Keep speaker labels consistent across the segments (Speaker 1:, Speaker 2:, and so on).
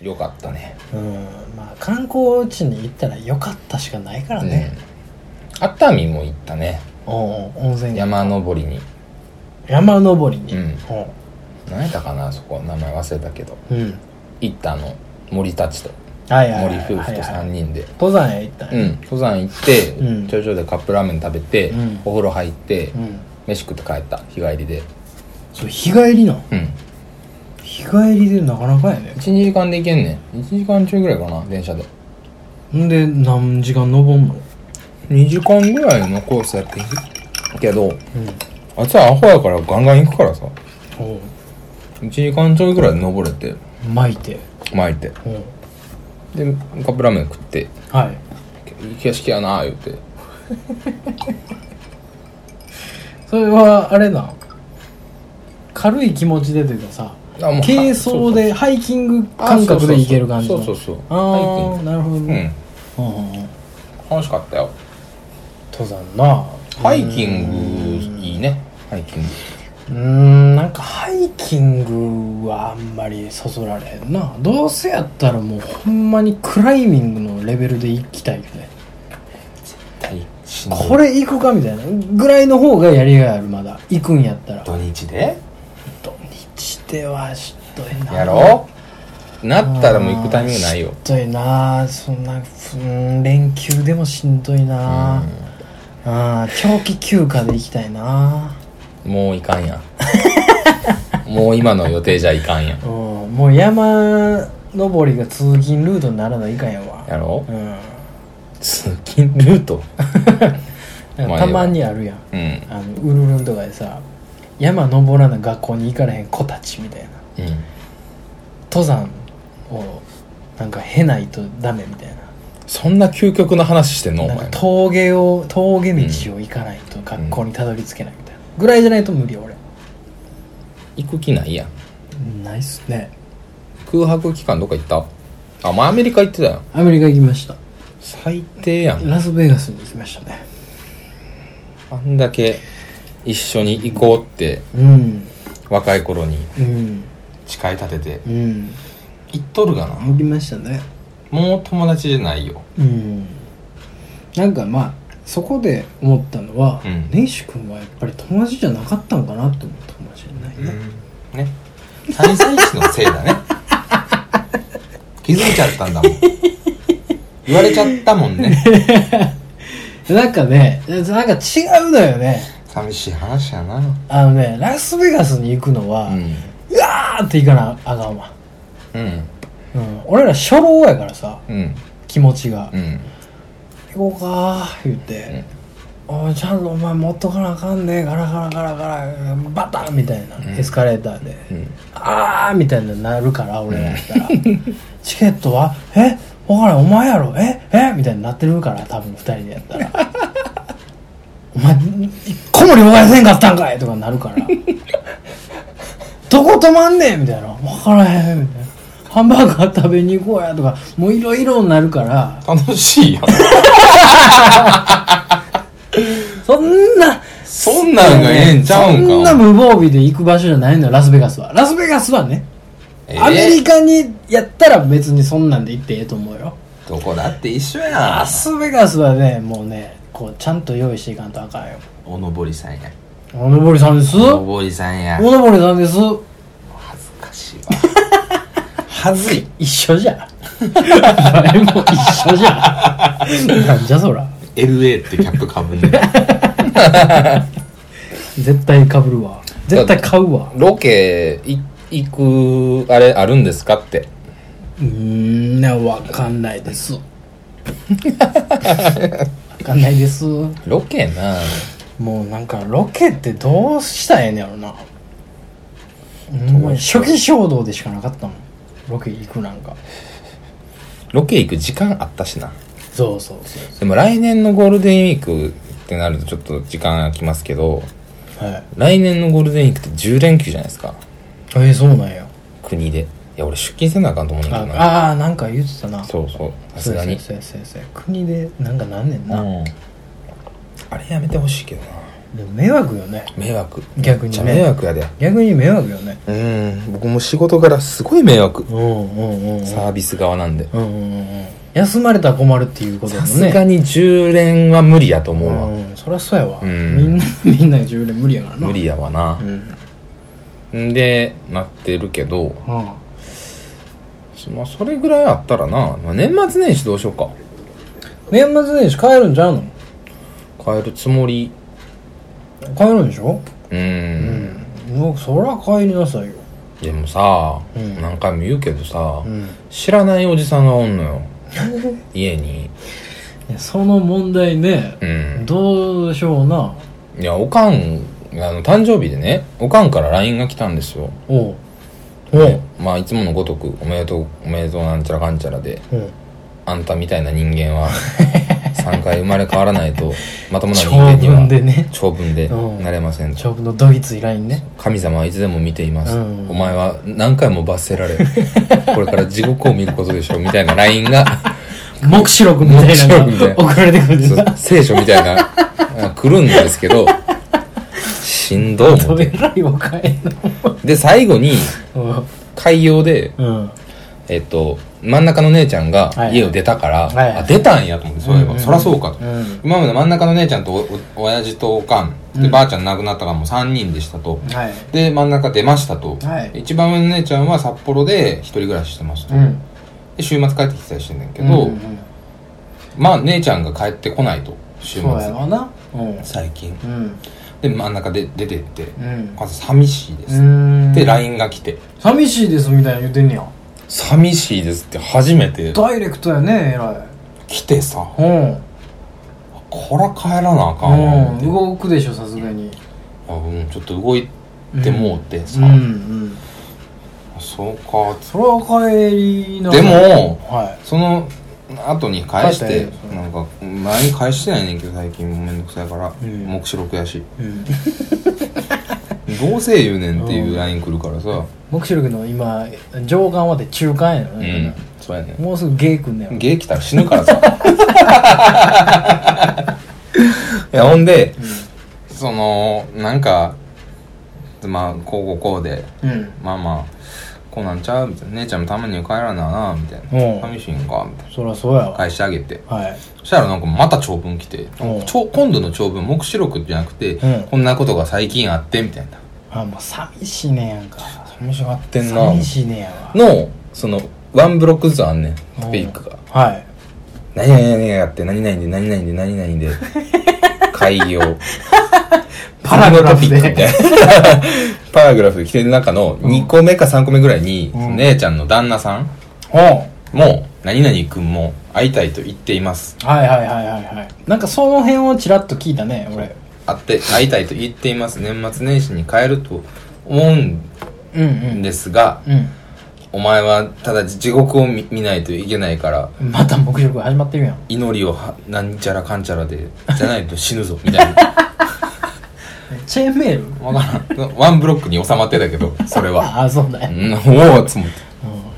Speaker 1: よかったね
Speaker 2: うんまあ観光地に行ったら良かったしかないからね、
Speaker 1: うん熱海も行ったね
Speaker 2: おうん、温泉
Speaker 1: 山登りに
Speaker 2: 山登りに、
Speaker 1: うん何やったかなそこ名前忘れたけど
Speaker 2: うんうん
Speaker 1: 行ったあの森たちと
Speaker 2: はいはいはい
Speaker 1: 森夫婦と
Speaker 2: はいは
Speaker 1: 3
Speaker 2: い
Speaker 1: 人で
Speaker 2: 登山へ行ったん
Speaker 1: う
Speaker 2: や
Speaker 1: ん登山行って
Speaker 2: うん
Speaker 1: 頂上でカップラーメン食べて
Speaker 2: うん
Speaker 1: お風呂入って
Speaker 2: うん、
Speaker 1: 飯食って帰った日帰りで
Speaker 2: そう日帰りなん
Speaker 1: うん
Speaker 2: 日帰りでなかなかやね
Speaker 1: 12時間で行けんねん1時間中ぐらいかな電車で
Speaker 2: んで何時間登んの
Speaker 1: 2時間ぐらいのコースやってんけど
Speaker 2: うん
Speaker 1: あいつはアホやからガンガン行くからさ
Speaker 2: おう
Speaker 1: 1時間ちょいぐらいで登れて
Speaker 2: 巻いて
Speaker 1: 巻いて
Speaker 2: おう
Speaker 1: でカップラーメン食って
Speaker 2: はい
Speaker 1: 「いい景色やな」言うて
Speaker 2: それはあれなん軽い気持ちでというかさ
Speaker 1: あもう
Speaker 2: 軽装でハイキング感覚で行ける感じ
Speaker 1: そ
Speaker 2: の
Speaker 1: うそうそうそうそうハイキン
Speaker 2: ああなるほど
Speaker 1: う
Speaker 2: ね
Speaker 1: ん
Speaker 2: うんうんうん
Speaker 1: 楽しかったよ
Speaker 2: 登山な
Speaker 1: ハイキングいいねハイキング
Speaker 2: うーんなんかハイキングはあんまりそそられへんなどうせやったらもうほんまにクライミングのレベルで行きたいよねこ
Speaker 1: れ
Speaker 2: れ行くかみたいなぐらいの方がやりがいあるまだ行くんやったら
Speaker 1: 土日で
Speaker 2: 土日ではしんどいな
Speaker 1: やろなったらもう行くタイミングないよ
Speaker 2: しんどいなそんなうん連休でもしんどいなあー長期休暇で行きたいな
Speaker 1: もういかん やもう今の予定じゃいかんや
Speaker 2: うんもう山登りが通勤ルートにならないかんやわ
Speaker 1: やろ
Speaker 2: うん
Speaker 1: 通勤ルート
Speaker 2: なん
Speaker 1: まあ
Speaker 2: かたまにあるやん
Speaker 1: うん
Speaker 2: あのウルルンとかでさ山登らな学校に行かれへん子たちみたいな
Speaker 1: うん
Speaker 2: 登山をなんかへないとダメみたいな
Speaker 1: そんな究極の話してんのお
Speaker 2: なん
Speaker 1: 前
Speaker 2: か峠を峠道を行かないと学校にたどり着けないみたいなぐらいじゃないと無理俺
Speaker 1: 行く気ないやん
Speaker 2: ないっすね
Speaker 1: 空白期間どっか行ったあまあアメリカ行ってたよ
Speaker 2: アメリカ行きました
Speaker 1: 最低やん
Speaker 2: ラスベガスに行きましたね
Speaker 1: あんだけ一緒に行こうって
Speaker 2: うん
Speaker 1: 若い頃に
Speaker 2: うん
Speaker 1: 誓い立てて
Speaker 2: うん
Speaker 1: 行っとるがな
Speaker 2: 行きましたね
Speaker 1: もう友達じゃないよ
Speaker 2: うんなんかまあそこで思ったのは、
Speaker 1: うん
Speaker 2: 根岸君はやっぱり友達じゃなかったのかなと思ったかもしれないね、
Speaker 1: ね滞在地のせいだ ね気づいちゃったんだもん言われちゃったもんね
Speaker 2: なんかねなんか違うのよね
Speaker 1: 寂しい話やな
Speaker 2: あのねラスベガスに行くのは、
Speaker 1: うん
Speaker 2: うわーって行かなあかんわ、
Speaker 1: うん
Speaker 2: うん、俺ら初老やからさ
Speaker 1: うん
Speaker 2: 気持ちが、
Speaker 1: うん
Speaker 2: 行こうかー言って、おいちゃんとお前持っとかなあかんねガラガラガラガラバタンみたいな、エスカレーターで、
Speaker 1: うん
Speaker 2: あーみたいななるから俺らやった らチケットはえわからんお前やろええみたいになってるから多分二人でやっ たらお前一個も了解せんかったんかいとかなるから どこ泊まんねんみたいなわからへんみたいなハンバーガー食べに行こうやとかもういろいろになるから
Speaker 1: 楽しいよ
Speaker 2: そんな
Speaker 1: そんなんがええんちゃうんか
Speaker 2: そんな無防備で行く場所じゃないのよラスベガスはラスベガスはね
Speaker 1: ええ
Speaker 2: アメリカにやったら別にそんなんで行ってええと思うよ
Speaker 1: どこだって一緒や
Speaker 2: ラ
Speaker 1: ん
Speaker 2: スベガスはねもうねこうちゃんと用意していかんとあかんよ
Speaker 1: おのぼりさんや
Speaker 2: おのぼりさんです
Speaker 1: おの
Speaker 2: お
Speaker 1: ぼりさんや
Speaker 2: のぼりさんです
Speaker 1: 恥ずかしいわ 恥ずい
Speaker 2: 一緒じゃ誰も一緒じゃなんじゃそら
Speaker 1: LA ってキャップかぶんね
Speaker 2: 絶対かぶるわ絶対買うわ
Speaker 1: ロケい行くあれあるんですかって
Speaker 2: うーんねわかんないで すわかんないです
Speaker 1: ロケな
Speaker 2: もうなんかロケってどうしたらええねやろなほんまに初期衝動でしかなかったもんロケ行くなんか
Speaker 1: ロケ行く時間あったしな
Speaker 2: そうそうそう
Speaker 1: でも来年のゴールデンウィークってなるとちょっと時間空きますけど
Speaker 2: そうはい
Speaker 1: 来年のゴールデンウィークって10連休じゃないですか
Speaker 2: えー、そうなんや
Speaker 1: 国でいや俺出勤せなあかんと思うんだけどな
Speaker 2: ああーなんか言ってたな
Speaker 1: そうそうさすがに
Speaker 2: そうやそうやそうやそうや国でなんかなんねんな、
Speaker 1: うんあれやめてほしいけどな
Speaker 2: でも迷惑よね
Speaker 1: 迷惑
Speaker 2: 逆に
Speaker 1: じゃ
Speaker 2: ね
Speaker 1: 迷惑やで
Speaker 2: 逆に迷惑よね
Speaker 1: うん僕も仕事からすごい迷惑
Speaker 2: うんうんうんうん
Speaker 1: サービス側なんで
Speaker 2: うんうんうんうん休まれたら困るっていうことだ
Speaker 1: さ
Speaker 2: もん
Speaker 1: す
Speaker 2: ね
Speaker 1: がに10連は無理やと思うわ、
Speaker 2: うんそりゃそうやわ、
Speaker 1: うん
Speaker 2: みんなみんな10連無理やからな
Speaker 1: 無理やわな
Speaker 2: う、ん
Speaker 1: ん、でなってるけど、
Speaker 2: うん
Speaker 1: まあ、それぐらいあったらな、まあ、年末年始どうしようか
Speaker 2: 年末年始帰るんちゃうの
Speaker 1: 変えるつもり
Speaker 2: 帰るんでしょ
Speaker 1: うん
Speaker 2: うんもうそりゃ帰りなさいよ
Speaker 1: でもさ、
Speaker 2: うん
Speaker 1: 何回も言うけどさ、
Speaker 2: うん
Speaker 1: 知らないおじさんがおんの よ家に
Speaker 2: その問題ね
Speaker 1: うん
Speaker 2: どうでしょうない
Speaker 1: やおかんあの誕生日でねおかんから LINE が来たんですよ
Speaker 2: おうおう
Speaker 1: まあいつものごとく「おめでとうおめでとうなんちゃらかんちゃら」であんたみたいな人間 は3回生まれ変わらないとまともな人
Speaker 2: 長
Speaker 1: 間には
Speaker 2: 文でね
Speaker 1: 長文で
Speaker 2: うん
Speaker 1: なれません
Speaker 2: 長文のドイツイラインね
Speaker 1: 神様はいつでも見ています、
Speaker 2: うん
Speaker 1: お前は何回も罰せられこれから地獄を見ることでしょうみたいな LINE が
Speaker 2: 黙示録みたいな
Speaker 1: 黙
Speaker 2: の
Speaker 1: 示録みたい
Speaker 2: が
Speaker 1: な
Speaker 2: 送られてくるんで
Speaker 1: そ
Speaker 2: す
Speaker 1: う聖書みたいな来るんですけどしんどい思っ
Speaker 2: え
Speaker 1: て
Speaker 2: らいおかえ
Speaker 1: で最後に
Speaker 2: の
Speaker 1: 開業で
Speaker 2: うんうん
Speaker 1: えっと、真ん中の姉ちゃんが
Speaker 2: はい
Speaker 1: 家を出たから、
Speaker 2: はいはい
Speaker 1: あ出たんやと思ってそういえば、
Speaker 2: うんうん
Speaker 1: そりゃそうかと、
Speaker 2: うん
Speaker 1: 今まで真ん中の姉ちゃんとおお親父とおかんで、
Speaker 2: うん
Speaker 1: ばあちゃん亡くなったからもう3人でしたと
Speaker 2: はい
Speaker 1: で真ん中出ましたと、
Speaker 2: はい
Speaker 1: 一番上の姉ちゃんは札幌で一人暮らししてますと、
Speaker 2: うん
Speaker 1: で週末帰ってきてたりしてんだけど、
Speaker 2: うんうん
Speaker 1: まあ姉ちゃんが帰ってこないと週
Speaker 2: そうや
Speaker 1: 末
Speaker 2: ろなうん
Speaker 1: 最近
Speaker 2: うん
Speaker 1: で真ん中で出てって、
Speaker 2: うん
Speaker 1: まず寂しいです、
Speaker 2: うん
Speaker 1: で LINE が来て
Speaker 2: 寂しいですみたいな言ってんねや
Speaker 1: 「寂しいです」って初めて
Speaker 2: ダイレクトやねえら
Speaker 1: 来てさ
Speaker 2: いうん
Speaker 1: こら帰らなあかんわ思って
Speaker 2: うん動くでしょさすがに
Speaker 1: あうん、ちょっと動いてもうて
Speaker 2: う
Speaker 1: さ、
Speaker 2: んうん
Speaker 1: そうか
Speaker 2: それは帰りな
Speaker 1: でも
Speaker 2: は
Speaker 1: その後に返し
Speaker 2: 返
Speaker 1: て
Speaker 2: したらええ
Speaker 1: なんか前に返してないねんけど最近もうめんどくさいから、
Speaker 2: うん
Speaker 1: 目視録やし
Speaker 2: いうん
Speaker 1: どうせ言うねんっていううん LINE 来るからさ
Speaker 2: 黙示録の今上巻まで中巻やの
Speaker 1: うん、
Speaker 2: ね
Speaker 1: そうやね
Speaker 2: もうすぐゲイくんねやろ
Speaker 1: ん芸来たら死ぬ からさいやほんでそのなんかまあこうこうこうで
Speaker 2: うんうん
Speaker 1: まあまあこうなんちゃうみたいな姉ちゃんもたまには帰らなあなみたい
Speaker 2: う
Speaker 1: な
Speaker 2: ん
Speaker 1: 寂しいんかみたい
Speaker 2: そりゃそうや
Speaker 1: な
Speaker 2: わ
Speaker 1: 返してあげて
Speaker 2: はい
Speaker 1: そしたらなんかまた長文来て
Speaker 2: うん、
Speaker 1: ちょ今度の長文、目視録じゃなくて、
Speaker 2: うん
Speaker 1: こんなことが最近あって、みたいな。
Speaker 2: あもう寂しいねやんか
Speaker 1: 寂しがって
Speaker 2: 寂しいねやわ
Speaker 1: の、その、ワンブロックずつあんねん、トピックが。
Speaker 2: はい
Speaker 1: 何々何々やって、何々で、何々で、何々で、開 業。
Speaker 2: パラグラフで
Speaker 1: このトピックみたいな。パラグラフで来てる中の2個目か3個目ぐらいに、
Speaker 2: うん
Speaker 1: 姉ちゃんの旦那さん
Speaker 2: お
Speaker 1: も、何々くんも会いたいと言っています。
Speaker 2: はいはいはいはいはいなんかその辺をちらっと聞いたね俺
Speaker 1: 会って、会いたいと言っています。年末年始に帰ると思うん
Speaker 2: うんうん
Speaker 1: ですが、
Speaker 2: う
Speaker 1: お前はただ地獄を見見ないといけないから
Speaker 2: んまた黙示録始まってるやん
Speaker 1: 祈りをはなんちゃらかんちゃらでじゃないと死ぬぞみたいな
Speaker 2: チェーンメール
Speaker 1: わからんワンブロックに収まってたけどそれは
Speaker 2: ああそうだ
Speaker 1: う
Speaker 2: ね、
Speaker 1: んおおっつもって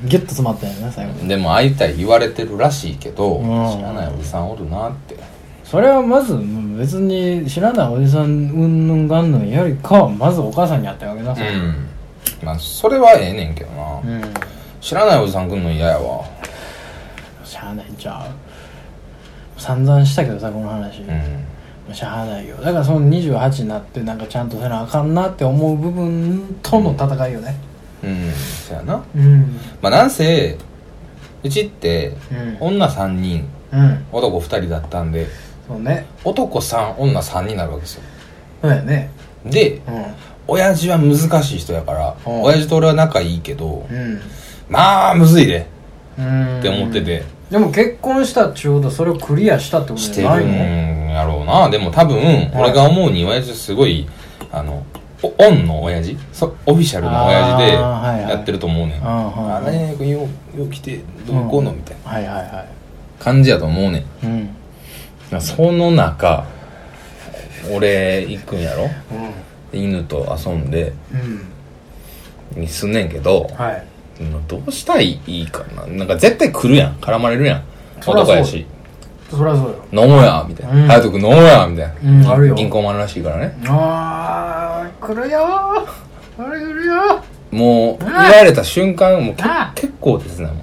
Speaker 2: うん、ギュッと詰まったよね最後
Speaker 1: でも会いたい言われてるらしいけど
Speaker 2: うん
Speaker 1: 知らないおじさんおるなって
Speaker 2: それはまずうん別に知らないおじさんうんぬんがんぬんよりかはまずお母さんに会ったわけな
Speaker 1: う
Speaker 2: さい、
Speaker 1: んまあそれはええねんけどな
Speaker 2: うん、
Speaker 1: 知らないおじさん来んの嫌やわ
Speaker 2: しゃあないんちゃう散々したけどさこの話、
Speaker 1: うん
Speaker 2: しゃあないよだからその28になってなんかちゃんとせなあかんなって思う部分との戦いよね
Speaker 1: うんそやな
Speaker 2: うん
Speaker 1: まあなんせうちって
Speaker 2: うん
Speaker 1: 女3人
Speaker 2: うん
Speaker 1: 男2人だったんで
Speaker 2: そうね
Speaker 1: 男3女3になるわけですよ
Speaker 2: そうだよね
Speaker 1: で
Speaker 2: う
Speaker 1: 親父は難しい人やから、
Speaker 2: うん
Speaker 1: 親父と俺は仲いいけど、
Speaker 2: んうん
Speaker 1: まあむずいで
Speaker 2: うん
Speaker 1: って思ってて、
Speaker 2: でも結婚したっていうことはそれをクリアしたってこと
Speaker 1: して
Speaker 2: じ
Speaker 1: る
Speaker 2: ゃない
Speaker 1: ん
Speaker 2: の
Speaker 1: やろうなでも多分、俺が思うに親父すごいあのおオンの親父そオフィシャルの親
Speaker 2: あーはい
Speaker 1: 父
Speaker 2: はい
Speaker 1: でやってると思うねん
Speaker 2: あーはい
Speaker 1: あ
Speaker 2: はい
Speaker 1: 何々君ようよう来てどうこうのみたいな
Speaker 2: はいはいは
Speaker 1: 感じやと思うねん
Speaker 2: いうん
Speaker 1: まあその中俺行くんやろ犬と遊んで
Speaker 2: うんうん
Speaker 1: にすんねんけど、
Speaker 2: はい
Speaker 1: うんどうしたらいいかななんか絶対来るやん絡まれるやん
Speaker 2: そらそう
Speaker 1: 男やし
Speaker 2: そりゃそうよ
Speaker 1: 飲もうやみたいな
Speaker 2: うん
Speaker 1: 隼人君飲もうやみたいな
Speaker 2: うんあるよ
Speaker 1: 銀行もあるらしいからね
Speaker 2: あー来るよーあれ来るよー
Speaker 1: もう言われた瞬間もうけ
Speaker 2: あ
Speaker 1: 結構ですねもう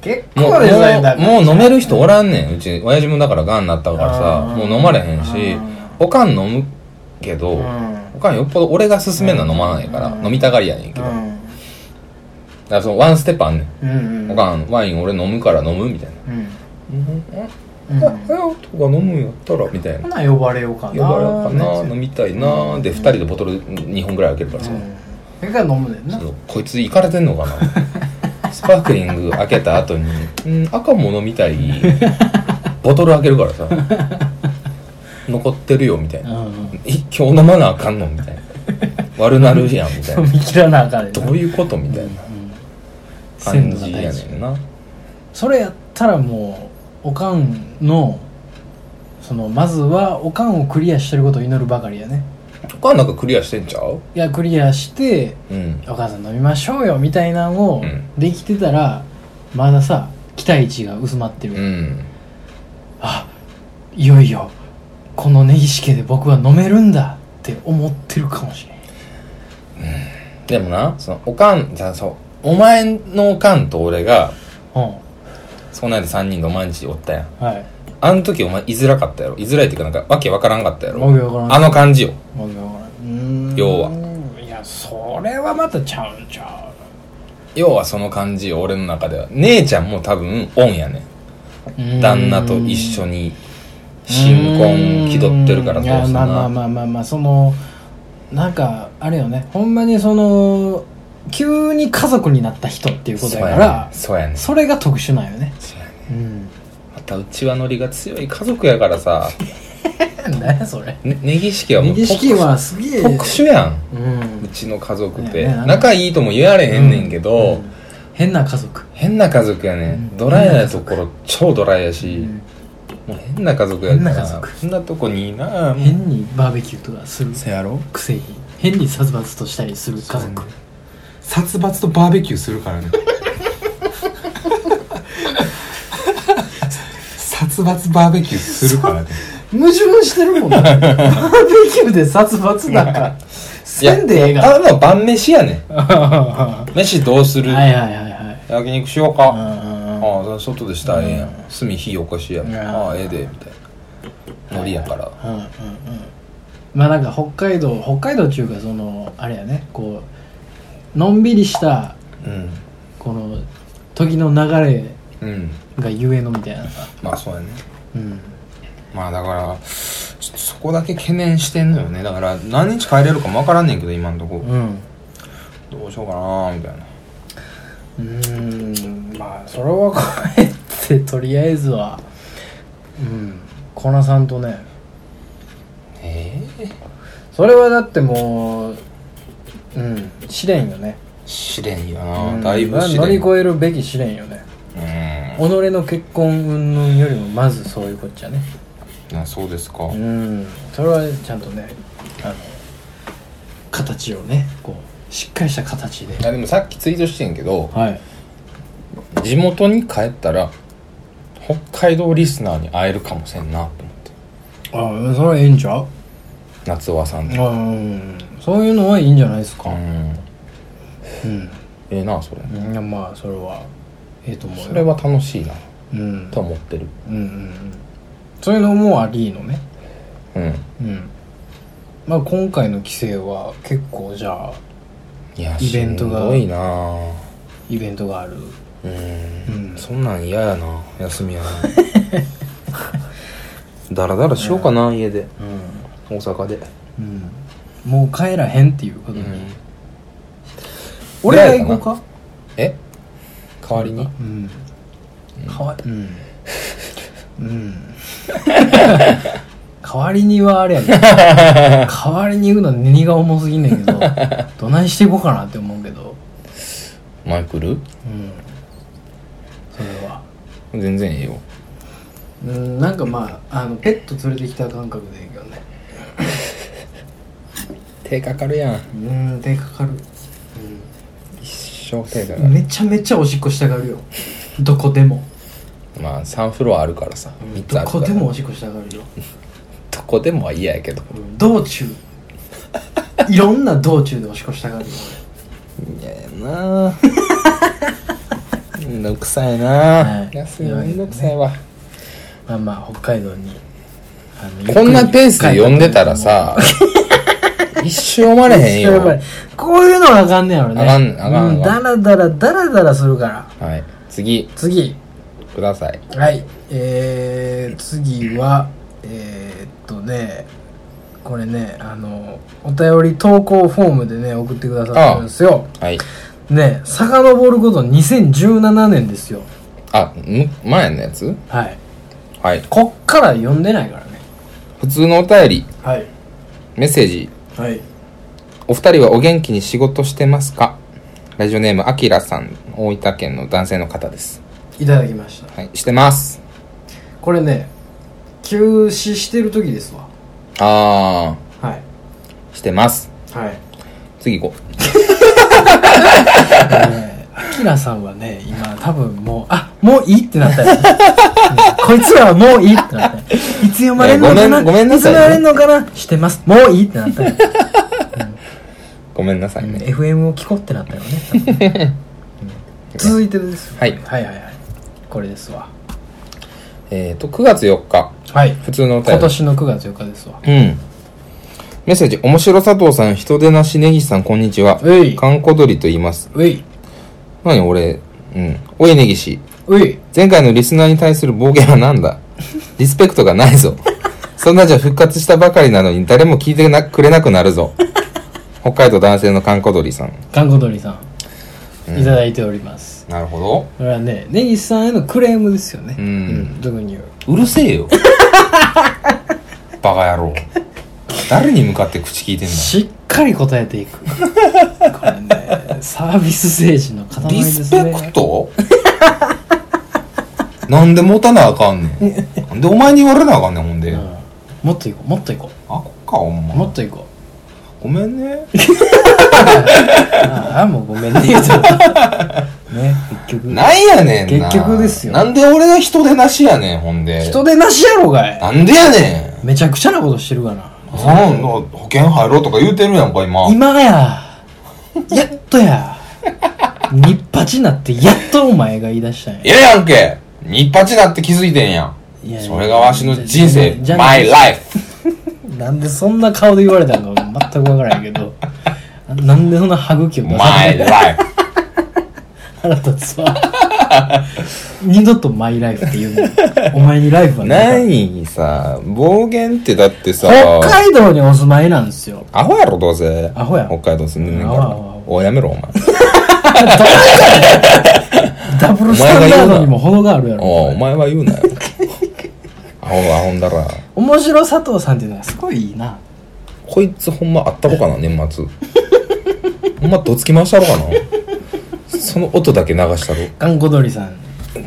Speaker 2: 結
Speaker 1: もう
Speaker 2: 構ですねだから
Speaker 1: もうもう飲める人おらんねんうち親父もだからがんになったからさ
Speaker 2: うん
Speaker 1: もう飲まれへんし
Speaker 2: う
Speaker 1: おかん飲むけど
Speaker 2: うん
Speaker 1: おかんよっぽど俺が勧めんのは飲まないから
Speaker 2: うん
Speaker 1: 飲みたがりやねんけどだからそのワンステップあんねん
Speaker 2: うんうん
Speaker 1: おかんワイン俺飲むから飲むみたいな
Speaker 2: うん
Speaker 1: 「うん
Speaker 2: うん
Speaker 1: あ早とか飲むんやったら」みたい
Speaker 2: ほ
Speaker 1: な
Speaker 2: な呼ばれようか
Speaker 1: 「呼
Speaker 2: な
Speaker 1: ばれようかな飲みたいな」で
Speaker 2: う
Speaker 1: 2
Speaker 2: ん
Speaker 1: 人でボトル2本ぐらい開けるからさ
Speaker 2: うんだから飲むねんな
Speaker 1: そうこいついかれてんのか なスパークリング開けた後に「うん赤も飲みたい」ボトル開けるからさ「残ってるよ」みたいな
Speaker 2: うん
Speaker 1: 「え今日飲まなあかんの?」みたいな「悪なるやん」みたい
Speaker 2: 飲
Speaker 1: な
Speaker 2: み切らなあかん
Speaker 1: 「
Speaker 2: ねん
Speaker 1: ど
Speaker 2: な
Speaker 1: ういうこと?」みたいな
Speaker 2: うん
Speaker 1: 感
Speaker 2: 鮮度が
Speaker 1: じや
Speaker 2: 大
Speaker 1: ね
Speaker 2: 事
Speaker 1: んな
Speaker 2: それやったらもうおかんのそのまずはおかんをクリアしてることを祈るばかりやね
Speaker 1: 他なんかクリアしてんちゃう
Speaker 2: いやクリアして
Speaker 1: うん
Speaker 2: お母さん飲みましょうよみたいなのを
Speaker 1: うん
Speaker 2: できてたら、まださ期待値が薄まってる、
Speaker 1: うん
Speaker 2: あいよいよこの根岸家で僕は飲めるんだって思ってるかもしれん
Speaker 1: でもなそのおかんじゃあそうお前のおかんと俺が
Speaker 2: う
Speaker 1: そんなんで3人が毎日おったやん
Speaker 2: んはい
Speaker 1: あの時お前居づらかったやろ居づらいっていうかなんかわけわからんかったやろ
Speaker 2: わけわからん
Speaker 1: あの感じよ
Speaker 2: わけわからんうーん
Speaker 1: 要
Speaker 2: いやそれはまたちゃうんちゃ
Speaker 1: 要はその感じよ俺の中では姉ちゃんも多分オンやね
Speaker 2: ううん
Speaker 1: ん旦那と一緒に新婚気取ってるから
Speaker 2: う
Speaker 1: ど
Speaker 2: ん
Speaker 1: う
Speaker 2: い
Speaker 1: す
Speaker 2: や
Speaker 1: ん
Speaker 2: ま
Speaker 1: な
Speaker 2: あまあまあまあまあそのなんかあれよねほんまにその急に家族になった人っていうことやからそ,、
Speaker 1: そうやねんそう
Speaker 2: れが特殊なんよね
Speaker 1: やねん
Speaker 2: うん
Speaker 1: またうちはノリが強い家族やからさ、
Speaker 2: 何やそれ
Speaker 1: ね、ネギ式はもう
Speaker 2: 右式はすげえ
Speaker 1: 特特殊やん
Speaker 2: う
Speaker 1: うんちの家族っ
Speaker 2: い
Speaker 1: て
Speaker 2: やねなんか
Speaker 1: 仲いいとも言われへんねんけど、
Speaker 2: うん変な家族
Speaker 1: 変な家族やね
Speaker 2: うん
Speaker 1: んドライなところ超ドライやし、
Speaker 2: うん
Speaker 1: もう変な家族やか
Speaker 2: 変な
Speaker 1: ら
Speaker 2: 家族
Speaker 1: そんなとこにいなもう
Speaker 2: 変にバーベキューとかする
Speaker 1: せやろ
Speaker 2: くせに変に殺伐としたりする家
Speaker 1: そう
Speaker 2: 族
Speaker 1: ね殺伐とバーベキューするからね殺伐バーベキューする からね
Speaker 2: 矛盾してるもんなバーベキューで殺伐なんかせんでえ えが
Speaker 1: ただの晩飯やねん
Speaker 2: は
Speaker 1: 飯どうす
Speaker 2: い
Speaker 1: る、
Speaker 2: はいはいはい
Speaker 1: 焼肉しようか、あ
Speaker 2: うんうん
Speaker 1: あそれ外でしたらええやん、炭火起こしや、
Speaker 2: ん
Speaker 1: ああええでみたいなノリやから
Speaker 2: うんうんうんまあなんか北海道北海道っていうかそのあれやねこうのんびりした
Speaker 1: うん
Speaker 2: この時の流れ
Speaker 1: うん
Speaker 2: がゆえのみたいなさ
Speaker 1: まあそうやね
Speaker 2: うん
Speaker 1: まあだからちょっとそこだけ懸念してんのよねだから何日帰れるかもわからんねんけど今んとこ
Speaker 2: うん
Speaker 1: どうしようかなみたいな
Speaker 2: うーんまあそれは帰ってとりあえずはうんコナさんとね
Speaker 1: ええ
Speaker 2: それはだってもううん試練よね
Speaker 1: 試練よ
Speaker 2: う
Speaker 1: なんだいぶ試練
Speaker 2: 乗り越えるべき試練よね
Speaker 1: え
Speaker 2: 己の結婚云々よりもまずそういうこっちゃね
Speaker 1: うんあそうですか
Speaker 2: うんそれはちゃんとねあの形をねこうしっかりした形で
Speaker 1: いやでもさっきツイートしてんけど
Speaker 2: はい
Speaker 1: 地元に帰ったら北海道リスナーに会えるかもしれんなと思って
Speaker 2: ああそれはいいんちゃう
Speaker 1: 夏尾さんと
Speaker 2: うんそういうのはいいんじゃないです
Speaker 1: か
Speaker 2: か
Speaker 1: うん
Speaker 2: うん、
Speaker 1: ええなそれ
Speaker 2: いやまあそれはええと思うよ
Speaker 1: それは楽しいな
Speaker 2: うん
Speaker 1: と思ってる
Speaker 2: うんうんうんそういうのもありのね
Speaker 1: うん
Speaker 2: うんまあ今回の規制は結構じゃあ
Speaker 1: いや
Speaker 2: イベントが
Speaker 1: しんどいな
Speaker 2: イベントがある
Speaker 1: うん
Speaker 2: う、ん
Speaker 1: そんなん嫌やな休みやな だらだらしようかな、家で
Speaker 2: う
Speaker 1: 大阪で、
Speaker 2: ん、うん、もう帰らへんっていうこ
Speaker 1: う
Speaker 2: とに、
Speaker 1: ん、
Speaker 2: 俺が行こうか
Speaker 1: え代わりに
Speaker 2: うんかわうんうん 代わりにはあれや ね代わりに言うのは荷が重すぎんねんけどどないしていこうかなって思うけど
Speaker 1: 前来る
Speaker 2: うんそれは
Speaker 1: 全然ええよ
Speaker 2: うんなんかまああのペット連れてきた感覚でいいけどね
Speaker 1: 手かかるやん
Speaker 2: うん手かかる、
Speaker 1: 一生手か
Speaker 2: うん、めちゃめちゃおしっこしたがるよどこでも
Speaker 1: まあ3フロアあるからさ
Speaker 2: うん
Speaker 1: 3つ
Speaker 2: ど
Speaker 1: あるか
Speaker 2: こ
Speaker 1: ら
Speaker 2: でもおしっこしたがるよ
Speaker 1: どこでもは嫌やけど
Speaker 2: うん道中いろんな道中でおしっこしたがるよ
Speaker 1: 嫌やな ぁめんどくさいなぁ、
Speaker 2: はい
Speaker 1: 安いのめんどくさいわ、
Speaker 2: 俺まあまあ北海道にあの
Speaker 1: こんなペースで呼んでたら さ一生生まれへんよ
Speaker 2: やばいこういうのはあかんねやろね
Speaker 1: あかんあかん
Speaker 2: うんだらだらだらだらするから
Speaker 1: はい次
Speaker 2: 次
Speaker 1: ください
Speaker 2: はいえー、次はえー、っとねこれねあのお便り投稿フォームでね送ってくださってるんですよ
Speaker 1: はい
Speaker 2: ね遡ること2017年ですよ
Speaker 1: あむ前のやつ
Speaker 2: はい
Speaker 1: はい
Speaker 2: こっから読んでないからね
Speaker 1: 普通のお便り
Speaker 2: はい
Speaker 1: メッセージ
Speaker 2: はい
Speaker 1: お二人はお元気に仕事してますかラジオネームあきらさん大分県の男性の方です
Speaker 2: いただきました
Speaker 1: はいしてます
Speaker 2: これね休止してる時ですわ
Speaker 1: あ
Speaker 2: はい
Speaker 1: ーしてます
Speaker 2: はい
Speaker 1: 次行こ
Speaker 2: ねアキラさんはね今多分もうあもういいってなったよ、ね、 こいつらはもういいってなったよいつ読まれるのかな
Speaker 1: ごめんごめんなさいね
Speaker 2: つ読まれるのかなしてますもういいってなったよ、
Speaker 1: うごめんなさい
Speaker 2: うん
Speaker 1: ね、
Speaker 2: FM を聞こうってなったよね多分ねうん続いてですよ
Speaker 1: はい
Speaker 2: はいはいはいこれですわ
Speaker 1: えっと9月4日
Speaker 2: はい
Speaker 1: 普通のお便
Speaker 2: 今
Speaker 1: り
Speaker 2: 年の9月4日ですわ
Speaker 1: うんメッセージ面白佐藤さん人手なし根岸さんこんにちは
Speaker 2: うい
Speaker 1: かんこ鳥と言います
Speaker 2: ういう
Speaker 1: 何俺うんおい根岸
Speaker 2: いう
Speaker 1: 前回のリスナーに対する暴言はなん だリスペクトがないぞ。そんなじゃ復活したばかりなのに誰も聞いてなくれなくなるぞ。北海道男性の観光鳥さん。
Speaker 2: 韓国鳥さんいただいております、
Speaker 1: なるほ
Speaker 2: これはね根岸さんへのクレームですよね
Speaker 1: うん
Speaker 2: 特に言う
Speaker 1: ど。うるせえよ。バカ野郎。誰に向かって口聞いてん
Speaker 2: しっかり答えて いくこれねサービス精神の塊
Speaker 1: リ
Speaker 2: です
Speaker 1: スペ
Speaker 2: ね
Speaker 1: クト なんで持たなあかんねん。なんでお前に言われなあかんねん、ほんで。
Speaker 2: う
Speaker 1: あ、
Speaker 2: んもっといこうもっといこ
Speaker 1: こっか、お
Speaker 2: うも
Speaker 1: 前
Speaker 2: っ。といこ
Speaker 1: ごめんね。
Speaker 2: うああもうご めんね言うとね結局
Speaker 1: なんやねんな。
Speaker 2: 結局ですよ
Speaker 1: なんで俺が人でなしやねん、ほんで。
Speaker 2: 人でなしやろがい
Speaker 1: なんでやね。
Speaker 2: めちゃくちゃなことしてるがなん
Speaker 1: なんだ保険入ろうとか言うてるやんか、今。
Speaker 2: 今ややっ とやニッパチになってやっとお前が言い出したんや
Speaker 1: ええやんけ。日八だって気づいてんや
Speaker 2: い
Speaker 1: ん。
Speaker 2: や
Speaker 1: それがわしの人生
Speaker 2: じゃじ、ゃ
Speaker 1: my life。
Speaker 2: なんでそんな顔で言われたのか全くわからんけどなんでそんな歯茎を出さな
Speaker 1: my
Speaker 2: い
Speaker 1: life。
Speaker 2: 腹立つわ二度とマイライフって言うのお前にライフはない
Speaker 1: 何さ、暴言ってだってさ、
Speaker 2: 北海道にお住まいなんですよ
Speaker 1: アホやろ、どうせ。
Speaker 2: アホや
Speaker 1: 北海道住んでんねんか
Speaker 2: アホア
Speaker 1: ら
Speaker 2: ホアホ。
Speaker 1: おいやめろ、お前。
Speaker 2: ダブルスタンダードにも程があるや
Speaker 1: おうお
Speaker 2: ろ
Speaker 1: 前は言うなよ。アホがアホんだら。
Speaker 2: 面白佐藤さんっていうのはすごいいいな
Speaker 1: こいつほんまあったろかな年末ほんまどつき回したろかなその音だけ流したろ
Speaker 2: 頑固鳥さん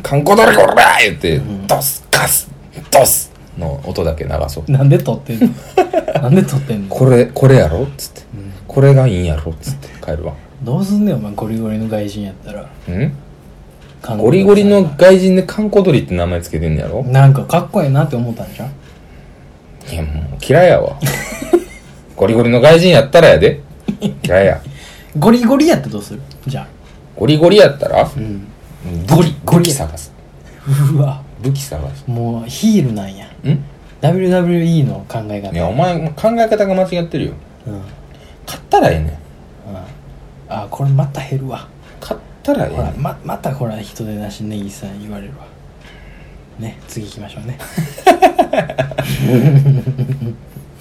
Speaker 1: 観光だらけおら言って、ドスカスドスの音だけ流そう
Speaker 2: なんで撮ってんのなんで撮ってんの
Speaker 1: これこれやろっつって、これがいいんやろっつって帰るわ
Speaker 2: どうすんねんお前ゴリゴリの外人やったら
Speaker 1: うん
Speaker 2: 韓
Speaker 1: ゴ
Speaker 2: 国
Speaker 1: リ
Speaker 2: 人
Speaker 1: ゴリの外人で観光鳥って名前つけてんねやろ
Speaker 2: なんかかっこええなって思ったんじゃん
Speaker 1: いやもう嫌いやわ ゴリゴリの外人やったらやで嫌いや
Speaker 2: ゴリゴリやってどうするじゃ
Speaker 1: ゴリゴリやったら
Speaker 2: あうん
Speaker 1: ゴリゴリ探す
Speaker 2: うわ
Speaker 1: 武器探す
Speaker 2: もうヒールなんや
Speaker 1: ん
Speaker 2: WWE の考え方
Speaker 1: いやお前考え方が間違ってるよ
Speaker 2: うんうん
Speaker 1: 買ったらええねん
Speaker 2: あこれまた減るわ
Speaker 1: 買ったらええ
Speaker 2: ほ
Speaker 1: ね
Speaker 2: ら
Speaker 1: ん
Speaker 2: ままたほら人でなしネギさん言われるわね次行きましょうね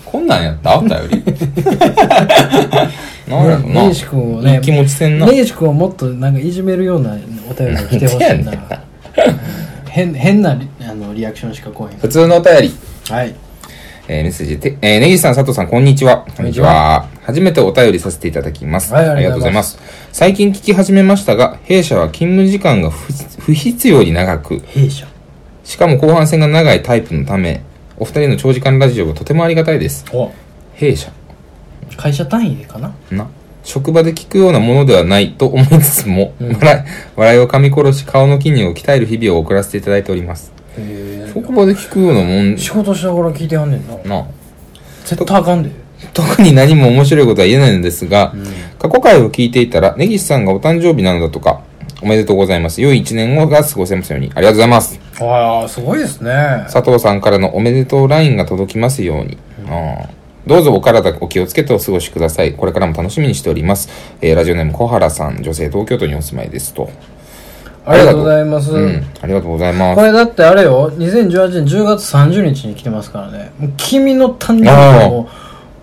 Speaker 1: こんなんやったあ ったよりなんやろな
Speaker 2: ねえし君をね
Speaker 1: いい気持ちせんな、
Speaker 2: ネイシ君をもっとなんかいじめるようなお便りが来てほしい
Speaker 1: なんでや
Speaker 2: な
Speaker 1: ねんな
Speaker 2: 変変なリあのリアクションしか来へん
Speaker 1: 普通のお便り
Speaker 2: はい
Speaker 1: えー、メッセージて、えー、根岸さん、佐藤さん、こんにちは。こ
Speaker 2: んにちは。
Speaker 1: 初めてお便りさせていただきます。
Speaker 2: はいありがとうございます
Speaker 1: す。最近聞き始めましたが、弊社は勤務時間が不不必要に長く、
Speaker 2: 弊社
Speaker 1: しかも後半戦が長いタイプのため、お二人の長時間ラジオがとてもありがたいです。
Speaker 2: お
Speaker 1: 弊社
Speaker 2: 会社単位でかな
Speaker 1: な。職場で聞くようなものではないと思いつつも、
Speaker 2: うん
Speaker 1: 笑い笑いを噛み殺し顔の筋肉を鍛える日々を送らせていただいております
Speaker 2: へ
Speaker 1: 職場で聞くようなもん
Speaker 2: え仕事しながら聞いてはんねんな
Speaker 1: な
Speaker 2: 絶対あかんで
Speaker 1: 特に何も面白いことは言えないのですが、
Speaker 2: ん
Speaker 1: 過去回を聞いていたら根岸さんがお誕生日なのだとかおめでとうございます良い一年をが過ごせますようにありがとうございます
Speaker 2: ああすごいですね
Speaker 1: 佐藤さんからのおめでとうラインが届きますように、ああどうぞお体お気をつけてお過ごしくださいこれからも楽しみにしております、えーラジオネーム小原さん女性東京都にお住まいですと
Speaker 2: ありがとうございます、
Speaker 1: うんありがとうございま
Speaker 2: こ
Speaker 1: す
Speaker 2: れだってあれよ2018年10月30日に来てますからねもう君の誕生日を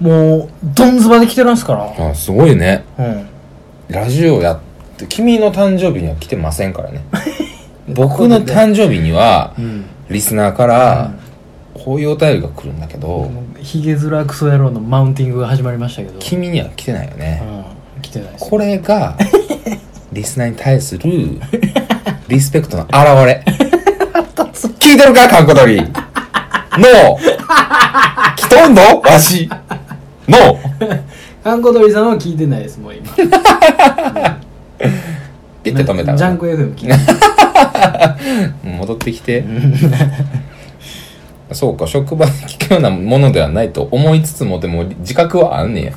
Speaker 2: もうどんずばで来てますか
Speaker 1: あすごいね
Speaker 2: らうん
Speaker 1: ラジオやって君の誕生日には来てません からね僕の誕生日には、
Speaker 2: うん
Speaker 1: リスナーから、こういうお便りが来るんだけど、
Speaker 2: ヒゲズラクソ野郎のマウンティングが始まりましたけど
Speaker 1: 君には来てないよね、
Speaker 2: うん来てないです
Speaker 1: これ がリスナーに対するリスペクトの表 れ聞いてるかかっこ鳥の 来とんのわしの
Speaker 2: あんこ鳥さんは聞いてないですもう今
Speaker 1: ピッて止めた
Speaker 2: ジャン
Speaker 1: ら
Speaker 2: ク FM 聞いてない
Speaker 1: 戻ってきて そうか職場で聞くようなものではないと思いつつもでも自覚はあんねや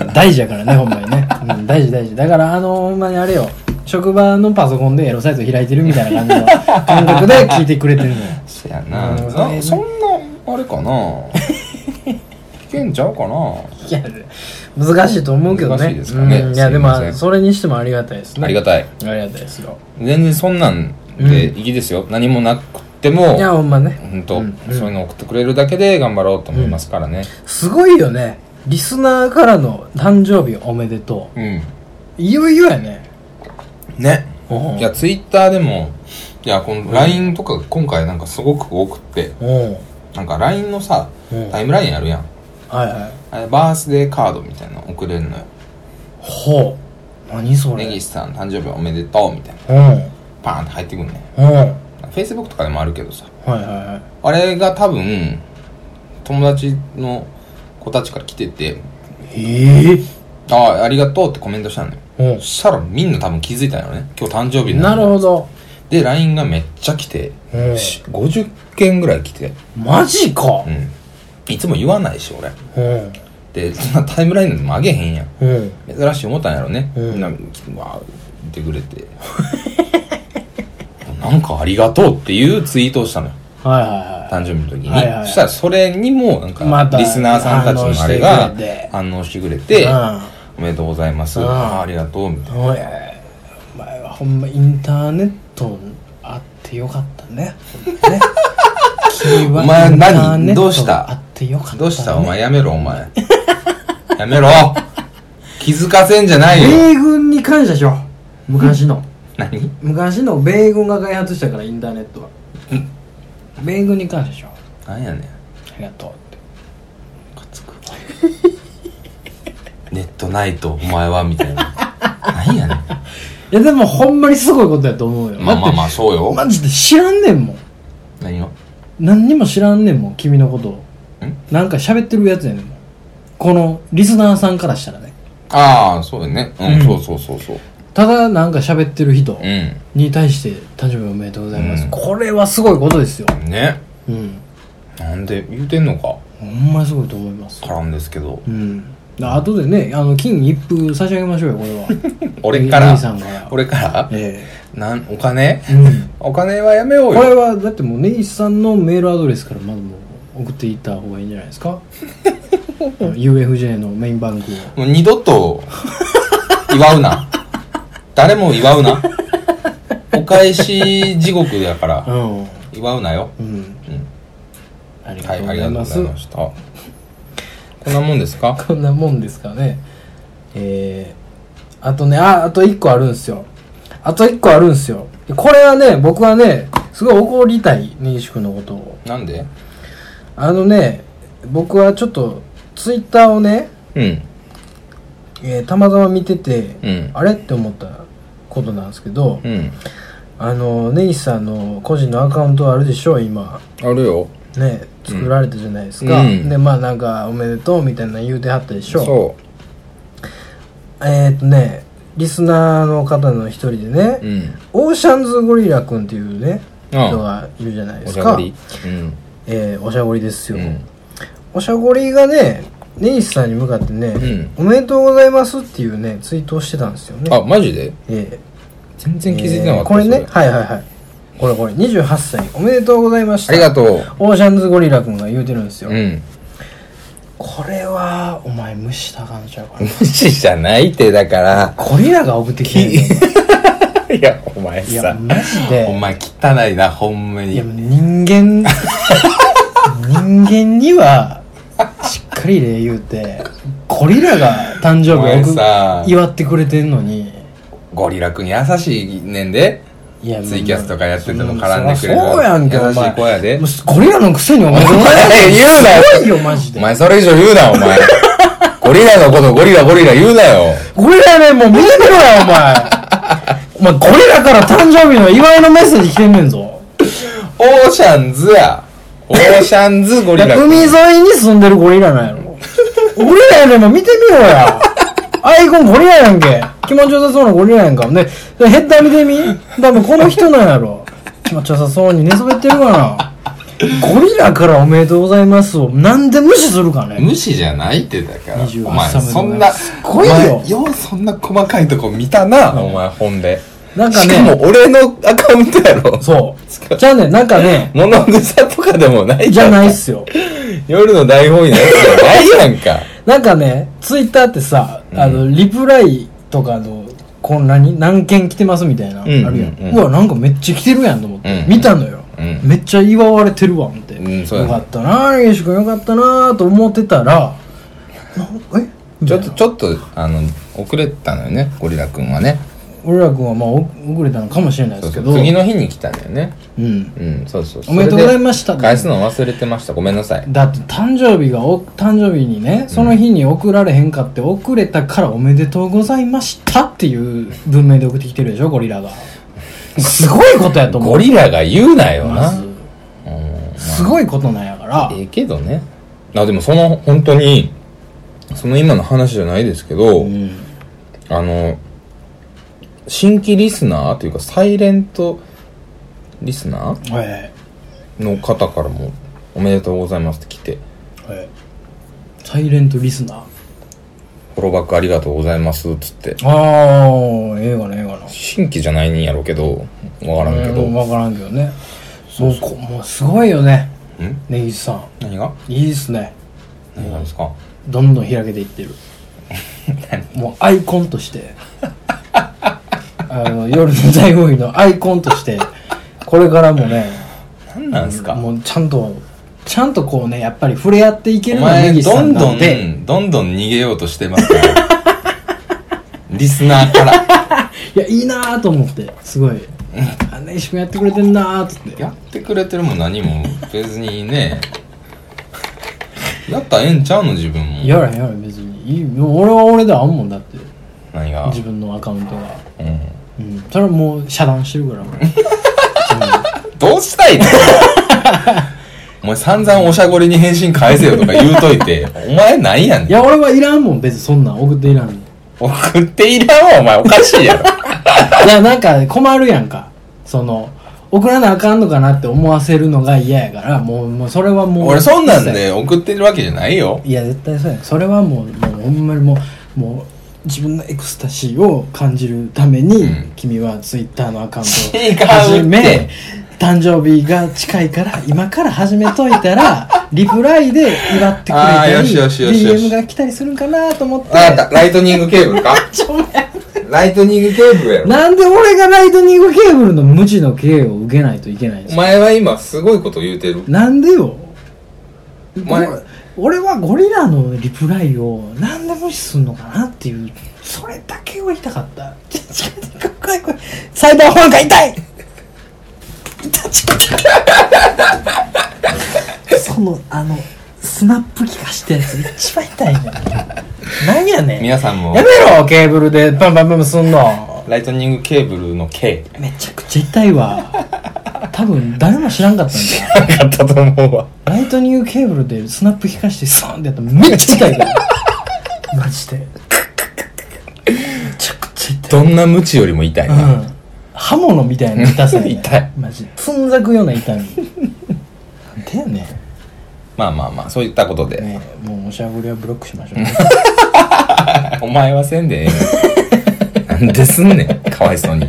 Speaker 2: うん大事やからねほんまにね、うん、大事大事だからあのほんまにあれよ職場のパソコンでエロサイト開いてるみたいな感じの感覚で聞いてくれてるのよ
Speaker 1: そやな,、
Speaker 2: うん
Speaker 1: なそんなあれかな聞けんちゃうかない
Speaker 2: や難しいと思うけどね
Speaker 1: 難しいですかね
Speaker 2: うんいやでも
Speaker 1: すいません
Speaker 2: それにしてもありがたいです ね
Speaker 1: ありがたい
Speaker 2: ありがたいですよ
Speaker 1: 全然そんなんでいいですよ、何もなくても
Speaker 2: いやほんまね
Speaker 1: 本当、
Speaker 2: うんうん
Speaker 1: そういうの送ってくれるだけで頑張ろうと思いますからね
Speaker 2: すごいよねリスナーからの誕生日おめでと
Speaker 1: うん、
Speaker 2: ういよいよやね
Speaker 1: ね
Speaker 2: おう
Speaker 1: いやツイッターでもいやこの LINE とか今回なんかすごく多くって
Speaker 2: おう
Speaker 1: なんか LINE のさ
Speaker 2: うん
Speaker 1: タイムラインあるやん
Speaker 2: はいはい
Speaker 1: あれバースデーカードみたいなの送れるのよ
Speaker 2: ほう何それ
Speaker 1: 根岸さん誕生日おめでとうみたいな
Speaker 2: うんうん
Speaker 1: パーンって入ってくんね
Speaker 2: はい
Speaker 1: Facebook とかでもあるけどさ
Speaker 2: はいはい
Speaker 1: あれが多分友達の子たちから来てて
Speaker 2: ええ
Speaker 1: 「ああありがとう」ってコメントしたのよ
Speaker 2: おう
Speaker 1: そしたらみんな多分気づいたよね今日誕生日
Speaker 2: なる
Speaker 1: ど
Speaker 2: ほど
Speaker 1: で LINE がめっちゃ来て
Speaker 2: うん
Speaker 1: し50件ぐらい来て
Speaker 2: マジか
Speaker 1: うんいつも言わないし俺
Speaker 2: うん
Speaker 1: でそんなタイムラインなんて曲げへんやん
Speaker 2: うん
Speaker 1: 珍しい思ったんやろね、
Speaker 2: うん
Speaker 1: みんなわー言ってくれて なんかありがとうっていうツイートをしたのよ
Speaker 2: はいは
Speaker 1: 誕生日の時に、
Speaker 2: はいはいはい
Speaker 1: そしたらそれにもなん
Speaker 2: ま
Speaker 1: か
Speaker 2: た
Speaker 1: リスナーさんたちのあれ
Speaker 2: 反応
Speaker 1: が
Speaker 2: してくれて
Speaker 1: 反応してくれて
Speaker 2: い
Speaker 1: 「
Speaker 2: はい
Speaker 1: おめでとうございます」
Speaker 2: うん
Speaker 1: あーありがとう」みたい
Speaker 2: うんおいお前はほんまインターネットあってよかったねほんまね君は
Speaker 1: お前
Speaker 2: インタ
Speaker 1: 何
Speaker 2: ーネット
Speaker 1: どうした
Speaker 2: あってよかっ
Speaker 1: な
Speaker 2: た
Speaker 1: 「
Speaker 2: ね
Speaker 1: どうしたお前やめろお前 やめろ気づかせんじゃないよ
Speaker 2: 米軍に感謝しよう昔の
Speaker 1: 何
Speaker 2: 昔の米軍が開発したからインターネットは米軍に感謝しよう
Speaker 1: 何やねん
Speaker 2: ありがとうって
Speaker 1: かつくネットないとお前はみたいな 何やねん
Speaker 2: いやでもほんまにすごいことやと思うよ
Speaker 1: まあまあま
Speaker 2: あ
Speaker 1: あそうよ
Speaker 2: マジで知らんねんもん
Speaker 1: 何を
Speaker 2: 何にも知らんねんもん君のことを
Speaker 1: ん
Speaker 2: なんか喋ってるやつやねんもんこのリスナーさんからしたらね
Speaker 1: ああそうだねうん、
Speaker 2: うん
Speaker 1: そうそうそうそう
Speaker 2: ただなんか喋ってる人
Speaker 1: うん
Speaker 2: に対して誕生日おめでとうございます、
Speaker 1: うん
Speaker 2: これはすごいことですよ
Speaker 1: ね
Speaker 2: うん
Speaker 1: なんで言うてんのか
Speaker 2: ほんますごいと思います
Speaker 1: からんですけど
Speaker 2: うんあとでねあの金一封差し上げましょうよこれは
Speaker 1: 俺から
Speaker 2: 兄さんから
Speaker 1: 俺から
Speaker 2: え
Speaker 1: なんお金
Speaker 2: えうん
Speaker 1: お金はやめよう
Speaker 2: これ
Speaker 1: よ
Speaker 2: はだってもう根岸さんのメールアドレスからまずもう送っていった方がいいんじゃないですかうん UFJ のメインバンクを
Speaker 1: もう二度 と祝うな誰も祝うなお返し地獄だから
Speaker 2: うん
Speaker 1: 祝うなよ、
Speaker 2: うん
Speaker 1: うん、
Speaker 2: あり
Speaker 1: は
Speaker 2: がとう
Speaker 1: いあ
Speaker 2: ご
Speaker 1: りが
Speaker 2: ざい
Speaker 1: とう
Speaker 2: ま
Speaker 1: ご
Speaker 2: す、
Speaker 1: ざいましたこんなもんですか
Speaker 2: こんなもんですかねえー、あとねああと1個あるんですよあと1個あるんですよこれはね僕はねすごい怒りたい根岸君のことを
Speaker 1: なんで
Speaker 2: あのね僕はちょっとツイッターをね、
Speaker 1: うん
Speaker 2: えーたまたま見てて、
Speaker 1: うん
Speaker 2: あれって思ったことなんですけど、
Speaker 1: うん
Speaker 2: あの根岸さんの個人のアカウントあるでしょ今
Speaker 1: あるよ
Speaker 2: ね作られたじゃないですか、
Speaker 1: うん
Speaker 2: でまあなんか「おめでとう」みたいなの言うてはったでしょ
Speaker 1: そ
Speaker 2: えーっとねリスナーの方の一人でね、
Speaker 1: うん
Speaker 2: オーシャンズゴリラ君っていうね
Speaker 1: ああ
Speaker 2: 人がいるじゃないで
Speaker 1: お
Speaker 2: す
Speaker 1: しゃ
Speaker 2: か
Speaker 1: ごりうん
Speaker 2: えーおしゃごりです
Speaker 1: う
Speaker 2: よ、
Speaker 1: ん
Speaker 2: おしゃごりがね根岸さんに向かってね、
Speaker 1: う
Speaker 2: おめでとうございます」っていうねツイートをしてたんですよね
Speaker 1: あマジで
Speaker 2: え
Speaker 1: 全
Speaker 2: え
Speaker 1: 然気づいてなかった
Speaker 2: えーこれ
Speaker 1: そ
Speaker 2: ねはいはいはいこれこれ28歳おめでとうございまし
Speaker 1: あ
Speaker 2: た
Speaker 1: りがとう
Speaker 2: オーシャンズゴリラ君が言うてるんですよ、
Speaker 1: うん
Speaker 2: これはお前無視した感じちゃうか
Speaker 1: 無
Speaker 2: な
Speaker 1: 視じゃないってだから
Speaker 2: ゴリラが送ってきて る
Speaker 1: いやお前
Speaker 2: いや
Speaker 1: さ
Speaker 2: マジで
Speaker 1: お前汚いなほんま
Speaker 2: い
Speaker 1: に
Speaker 2: や人間人間にはしっかり礼言うてゴリラが誕生
Speaker 1: お前
Speaker 2: 日
Speaker 1: さ
Speaker 2: を祝ってくれてんのに
Speaker 1: ゴリラ君優しいねんで
Speaker 2: いや
Speaker 1: ツイキャスとかやってても絡んでくれる
Speaker 2: うんそうやんけお
Speaker 1: 優しい
Speaker 2: 前
Speaker 1: 子やで
Speaker 2: もうゴリラのくせにお前
Speaker 1: お前 言うなよ
Speaker 2: すごいよマジ
Speaker 1: お
Speaker 2: で
Speaker 1: 前それ以上言うなお 前ゴリラのことゴリラゴリラ言うなよ
Speaker 2: ゴリラねもう見てみろよお前お前ゴリラから誕生日の祝いのメッセージ来てんねんぞ
Speaker 1: オーシャンズやオーシャンズゴ
Speaker 2: い
Speaker 1: リラ
Speaker 2: や海沿いに住んでるゴリラなんやろゴリラやねんも見てみろやアイコンゴリラやんけ気持ちよさそうなゴリラやんかねヘッダー見てみ多分この人なんやろ気持ちよさそうに寝そべってるかなゴリラからおめでとうございますをなんで無視するかね
Speaker 1: 無視じゃないってだから
Speaker 2: 28
Speaker 1: お前
Speaker 2: 歳まで
Speaker 1: そんな
Speaker 2: すごいよ
Speaker 1: お前ようそんな細かいとこ見たなお前本で
Speaker 2: なんか
Speaker 1: しかも
Speaker 2: ね
Speaker 1: 俺のアカウントやろ
Speaker 2: そうじゃあねなんかね
Speaker 1: 物草とかでもない
Speaker 2: じゃないっ
Speaker 1: っ
Speaker 2: すよ
Speaker 1: 夜の大本営のやつじゃないやん か
Speaker 2: なんかねツイッターってさあの、リプライとかのこんなに何件来てますみたい
Speaker 1: うん
Speaker 2: な、あるやん、
Speaker 1: う
Speaker 2: うん
Speaker 1: うん
Speaker 2: わなんかめっちゃ来てるやんと思って、
Speaker 1: うん
Speaker 2: 見たのよ、
Speaker 1: うん
Speaker 2: めっちゃ祝われてるわ思って、
Speaker 1: うんそうや
Speaker 2: よ
Speaker 1: ね
Speaker 2: かったなあ根岸君よかったなあと思ってたらなえみ
Speaker 1: ち
Speaker 2: たい
Speaker 1: ょ
Speaker 2: な
Speaker 1: っとちょっとあの遅れたのよねゴリラくんはね
Speaker 2: 俺ら君はまあお遅れたのかもしれないで
Speaker 1: そう
Speaker 2: す
Speaker 1: そ
Speaker 2: け
Speaker 1: う
Speaker 2: ど
Speaker 1: 次の日に来たんだよね
Speaker 2: うん、
Speaker 1: うんそうそう
Speaker 2: おめでとうございまし
Speaker 1: そ
Speaker 2: た
Speaker 1: れで返すの忘れてましたごめんなさい
Speaker 2: だって誕生日がお誕生日にねその日に送られへんかって遅れたからおめでとうございましたっていう文明で送ってきてるでしょゴリラがすごいことやと思う
Speaker 1: ゴリラが言うなよ
Speaker 2: ま
Speaker 1: なう
Speaker 2: ず
Speaker 1: ん
Speaker 2: すごいことなんやから
Speaker 1: ええけどねあでもその本当にその今の話じゃないですけど、
Speaker 2: うん
Speaker 1: あの新規リスナーというかサイレントリスナー
Speaker 2: え
Speaker 1: の方からも「おめでとうございます」って来て
Speaker 2: えええサイレントリスナー
Speaker 1: 「フォローバックありがとうございます」っつって
Speaker 2: ああええがなええがな
Speaker 1: 新規じゃないんやろうけどわからんけど、
Speaker 2: 分からんけどねそうこもうすごいよね
Speaker 1: ん
Speaker 2: 根岸さ
Speaker 1: 何が
Speaker 2: んいいっすね
Speaker 1: 何がですか
Speaker 2: どんどん開けていっ てるもうアイコンとしてあの夜の大豪雨のアイコンとしてこれからもね
Speaker 1: 何なんすか
Speaker 2: もうちゃんとちゃんとこうねやっぱり触れ合っていけ
Speaker 1: お
Speaker 2: るのが
Speaker 1: 前
Speaker 2: 根岸さ
Speaker 1: ど
Speaker 2: ん
Speaker 1: ん
Speaker 2: な
Speaker 1: ど
Speaker 2: ん
Speaker 1: ん
Speaker 2: で
Speaker 1: どんどん逃げようとしてますからリスナーから
Speaker 2: いやいいなーと思ってすごい「あ根岸君やってくれてんな」っつって
Speaker 1: やってくれてるも何も別にね やったらええんちゃうの自分も
Speaker 2: やらへんやらへん別にいいもう俺は俺であんもんだって
Speaker 1: 何が
Speaker 2: 自分のアカウントが
Speaker 1: うん
Speaker 2: うんそれはもう遮断してるから俺
Speaker 1: どうしたいの お前散々おしゃごりに返信返せよとか言うといて、お前なんやね
Speaker 2: い
Speaker 1: ん。
Speaker 2: や俺はいらんもん別にそんなん送っていらんの
Speaker 1: 送っていらんわ、お前。おかしいやろ。
Speaker 2: いやなんか困るやんかその送らなあかんのかなって思わせるのが嫌やからもうもうそれはもう
Speaker 1: 俺そんなんで送ってるわけじゃないよ。
Speaker 2: いや絶対そうやんそれはもうもうほんまにもうもう自分のエクスタシーを感じるために、
Speaker 1: うん
Speaker 2: 君はツイッターのアカウント
Speaker 1: 違うっ
Speaker 2: を
Speaker 1: て
Speaker 2: 始め誕生日が近いから今から始めとい たらリプライで祝ってく
Speaker 1: あーよ
Speaker 2: れ
Speaker 1: しよしよ
Speaker 2: たり
Speaker 1: しよし
Speaker 2: DM が来たりするんかなと思って
Speaker 1: あなた、ライトニングケーブルか
Speaker 2: ちょお前
Speaker 1: ライトニングケーブルやろ。
Speaker 2: なんで俺がライトニングケーブルの無知の刑を受けないといけないんで
Speaker 1: お
Speaker 2: すか
Speaker 1: 前は今すごいこと言うてる。
Speaker 2: なんでよ
Speaker 1: お前
Speaker 2: ご俺はゴリラのリプライをなんで無視すんのかなっていうそれだけを言いたかったちょちょちょ怖い怖いサイバーホンが痛い痛いちょちょちょそのあのスナップ機がしてるやつ一番痛いねんなんやねん
Speaker 1: 皆さんも
Speaker 2: や、めろケーブルでバンバンバンバンすんの
Speaker 1: ライトニングケーブルの K。
Speaker 2: めちゃくちゃ痛いわ多分誰も知らんかったんだ
Speaker 1: なかったと思うわ。
Speaker 2: ライトニングケーブルでスナップ引かしてスーンってやったらめっちゃ痛いからマジで
Speaker 1: どんな無知よりも痛いな、
Speaker 2: うん刃物みたいな痛さやね
Speaker 1: 痛い
Speaker 2: マジつんざくような痛みなんてやね
Speaker 1: まあまあまあそういったことで、
Speaker 2: んねもうおしゃぶりはブロックしましょう、
Speaker 1: お前はせんでええのになんですんねんかわい そうに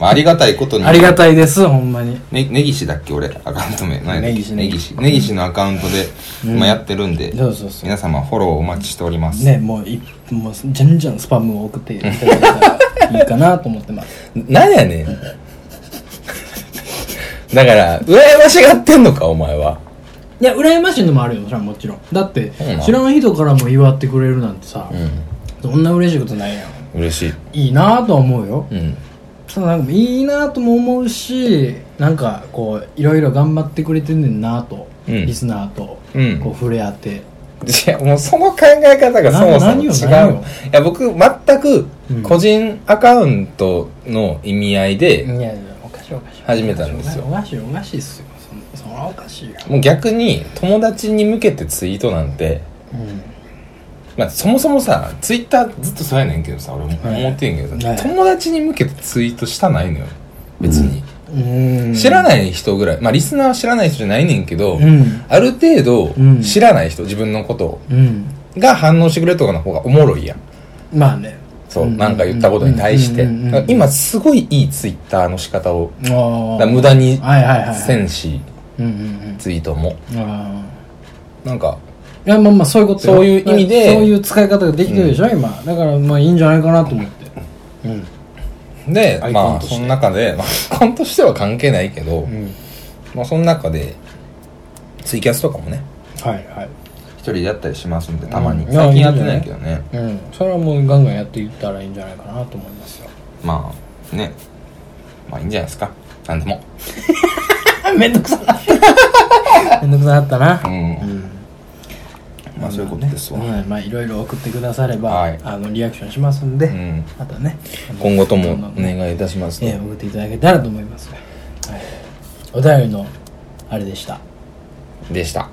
Speaker 1: まあありがたいことに
Speaker 2: ありがたいですほんまに
Speaker 1: ね、根岸だっけ俺アカウント名何やったっけ
Speaker 2: 根岸
Speaker 1: 根岸根岸のアカウントで今やってるんで、
Speaker 2: そうそうそう
Speaker 1: 皆様フォローお待ちしております、
Speaker 2: ねもういもうじゃんじゃんスパムを送っていただけたらいいかなと思ってます
Speaker 1: なんやねんだから羨ましがってんのかお前はい
Speaker 2: や羨ましいのもあるよそれはもちろんだって
Speaker 1: うなの
Speaker 2: 知らない人からも祝ってくれるなんてさ、
Speaker 1: う
Speaker 2: どんな嬉しいことないやん
Speaker 1: ん嬉しい
Speaker 2: いいなぁとは思うよ
Speaker 1: うん
Speaker 2: ただなんかいいなぁとも思うしなんかこういろいろ頑張ってくれてんねんなぁと、
Speaker 1: うん
Speaker 2: リスナーと、
Speaker 1: うん
Speaker 2: こう触れ合って
Speaker 1: いやもうその考え方がそもそ
Speaker 2: な
Speaker 1: も
Speaker 2: 何
Speaker 1: 違
Speaker 2: よ
Speaker 1: う
Speaker 2: 何よ
Speaker 1: いや僕全く
Speaker 2: うん
Speaker 1: 個人アカウントの意味合い
Speaker 2: い
Speaker 1: で、
Speaker 2: やいやおかしいおかしい
Speaker 1: 始めたんですよ
Speaker 2: おかしいおかしいっすよそそらおかしいよ、
Speaker 1: もう逆に友達に向けてツイートなんて
Speaker 2: う
Speaker 1: まあ、そもそもさツイッターずっとそうやねんけどさ俺も
Speaker 2: はい
Speaker 1: 思ってんけどさ、
Speaker 2: はい
Speaker 1: 友達に向けてツイートしたないのよ別に、
Speaker 2: ん、うん
Speaker 1: 知らない人ぐらいまあリスナーは知らない人じゃないねんけど、
Speaker 2: うん
Speaker 1: ある程度
Speaker 2: うん
Speaker 1: 知らない人、自分のこと
Speaker 2: うん
Speaker 1: が反応してくれるとかの方がおもろいやん
Speaker 2: まあね
Speaker 1: そう、
Speaker 2: うん
Speaker 1: なんか言ったことに対して、
Speaker 2: うんうんうんうん
Speaker 1: だから今すごいいいツイッターの仕方を
Speaker 2: あー
Speaker 1: だから無駄に
Speaker 2: はいはいはい
Speaker 1: せんし
Speaker 2: うんうん
Speaker 1: ツイートも
Speaker 2: うんあ
Speaker 1: なんか
Speaker 2: ーいやまあまあそういうことよ
Speaker 1: そういう意味で
Speaker 2: そういう使い方ができてるでしょ、今だからまあいいんじゃないかなと思ってうん
Speaker 1: で
Speaker 2: アイコ
Speaker 1: ま
Speaker 2: ン
Speaker 1: あ
Speaker 2: として
Speaker 1: その中でまあアイコンとしては関係ないけど、
Speaker 2: うん
Speaker 1: まあ、その中でツイキャスとかもね
Speaker 2: はいはい
Speaker 1: 一人でやったりしますんで
Speaker 2: たまに最近やってないけど
Speaker 1: ね
Speaker 2: うんそれはもうガンガンやっていったらいいんじゃないかなと思いますよ
Speaker 1: まあねまあいいんじゃないですかなんでも
Speaker 2: めんどくさな めんどくさなったな
Speaker 1: うん、
Speaker 2: うん
Speaker 1: まあそういうことですわ、
Speaker 2: はいまあいろいろ送ってくだされば、
Speaker 1: はい
Speaker 2: あのリアクションしますんで、
Speaker 1: うん
Speaker 2: またね
Speaker 1: 今後ともお
Speaker 2: どんどんね
Speaker 1: 願いいたします
Speaker 2: ええ送っていただけたらと思います、はい、お便りのあれでした
Speaker 1: でした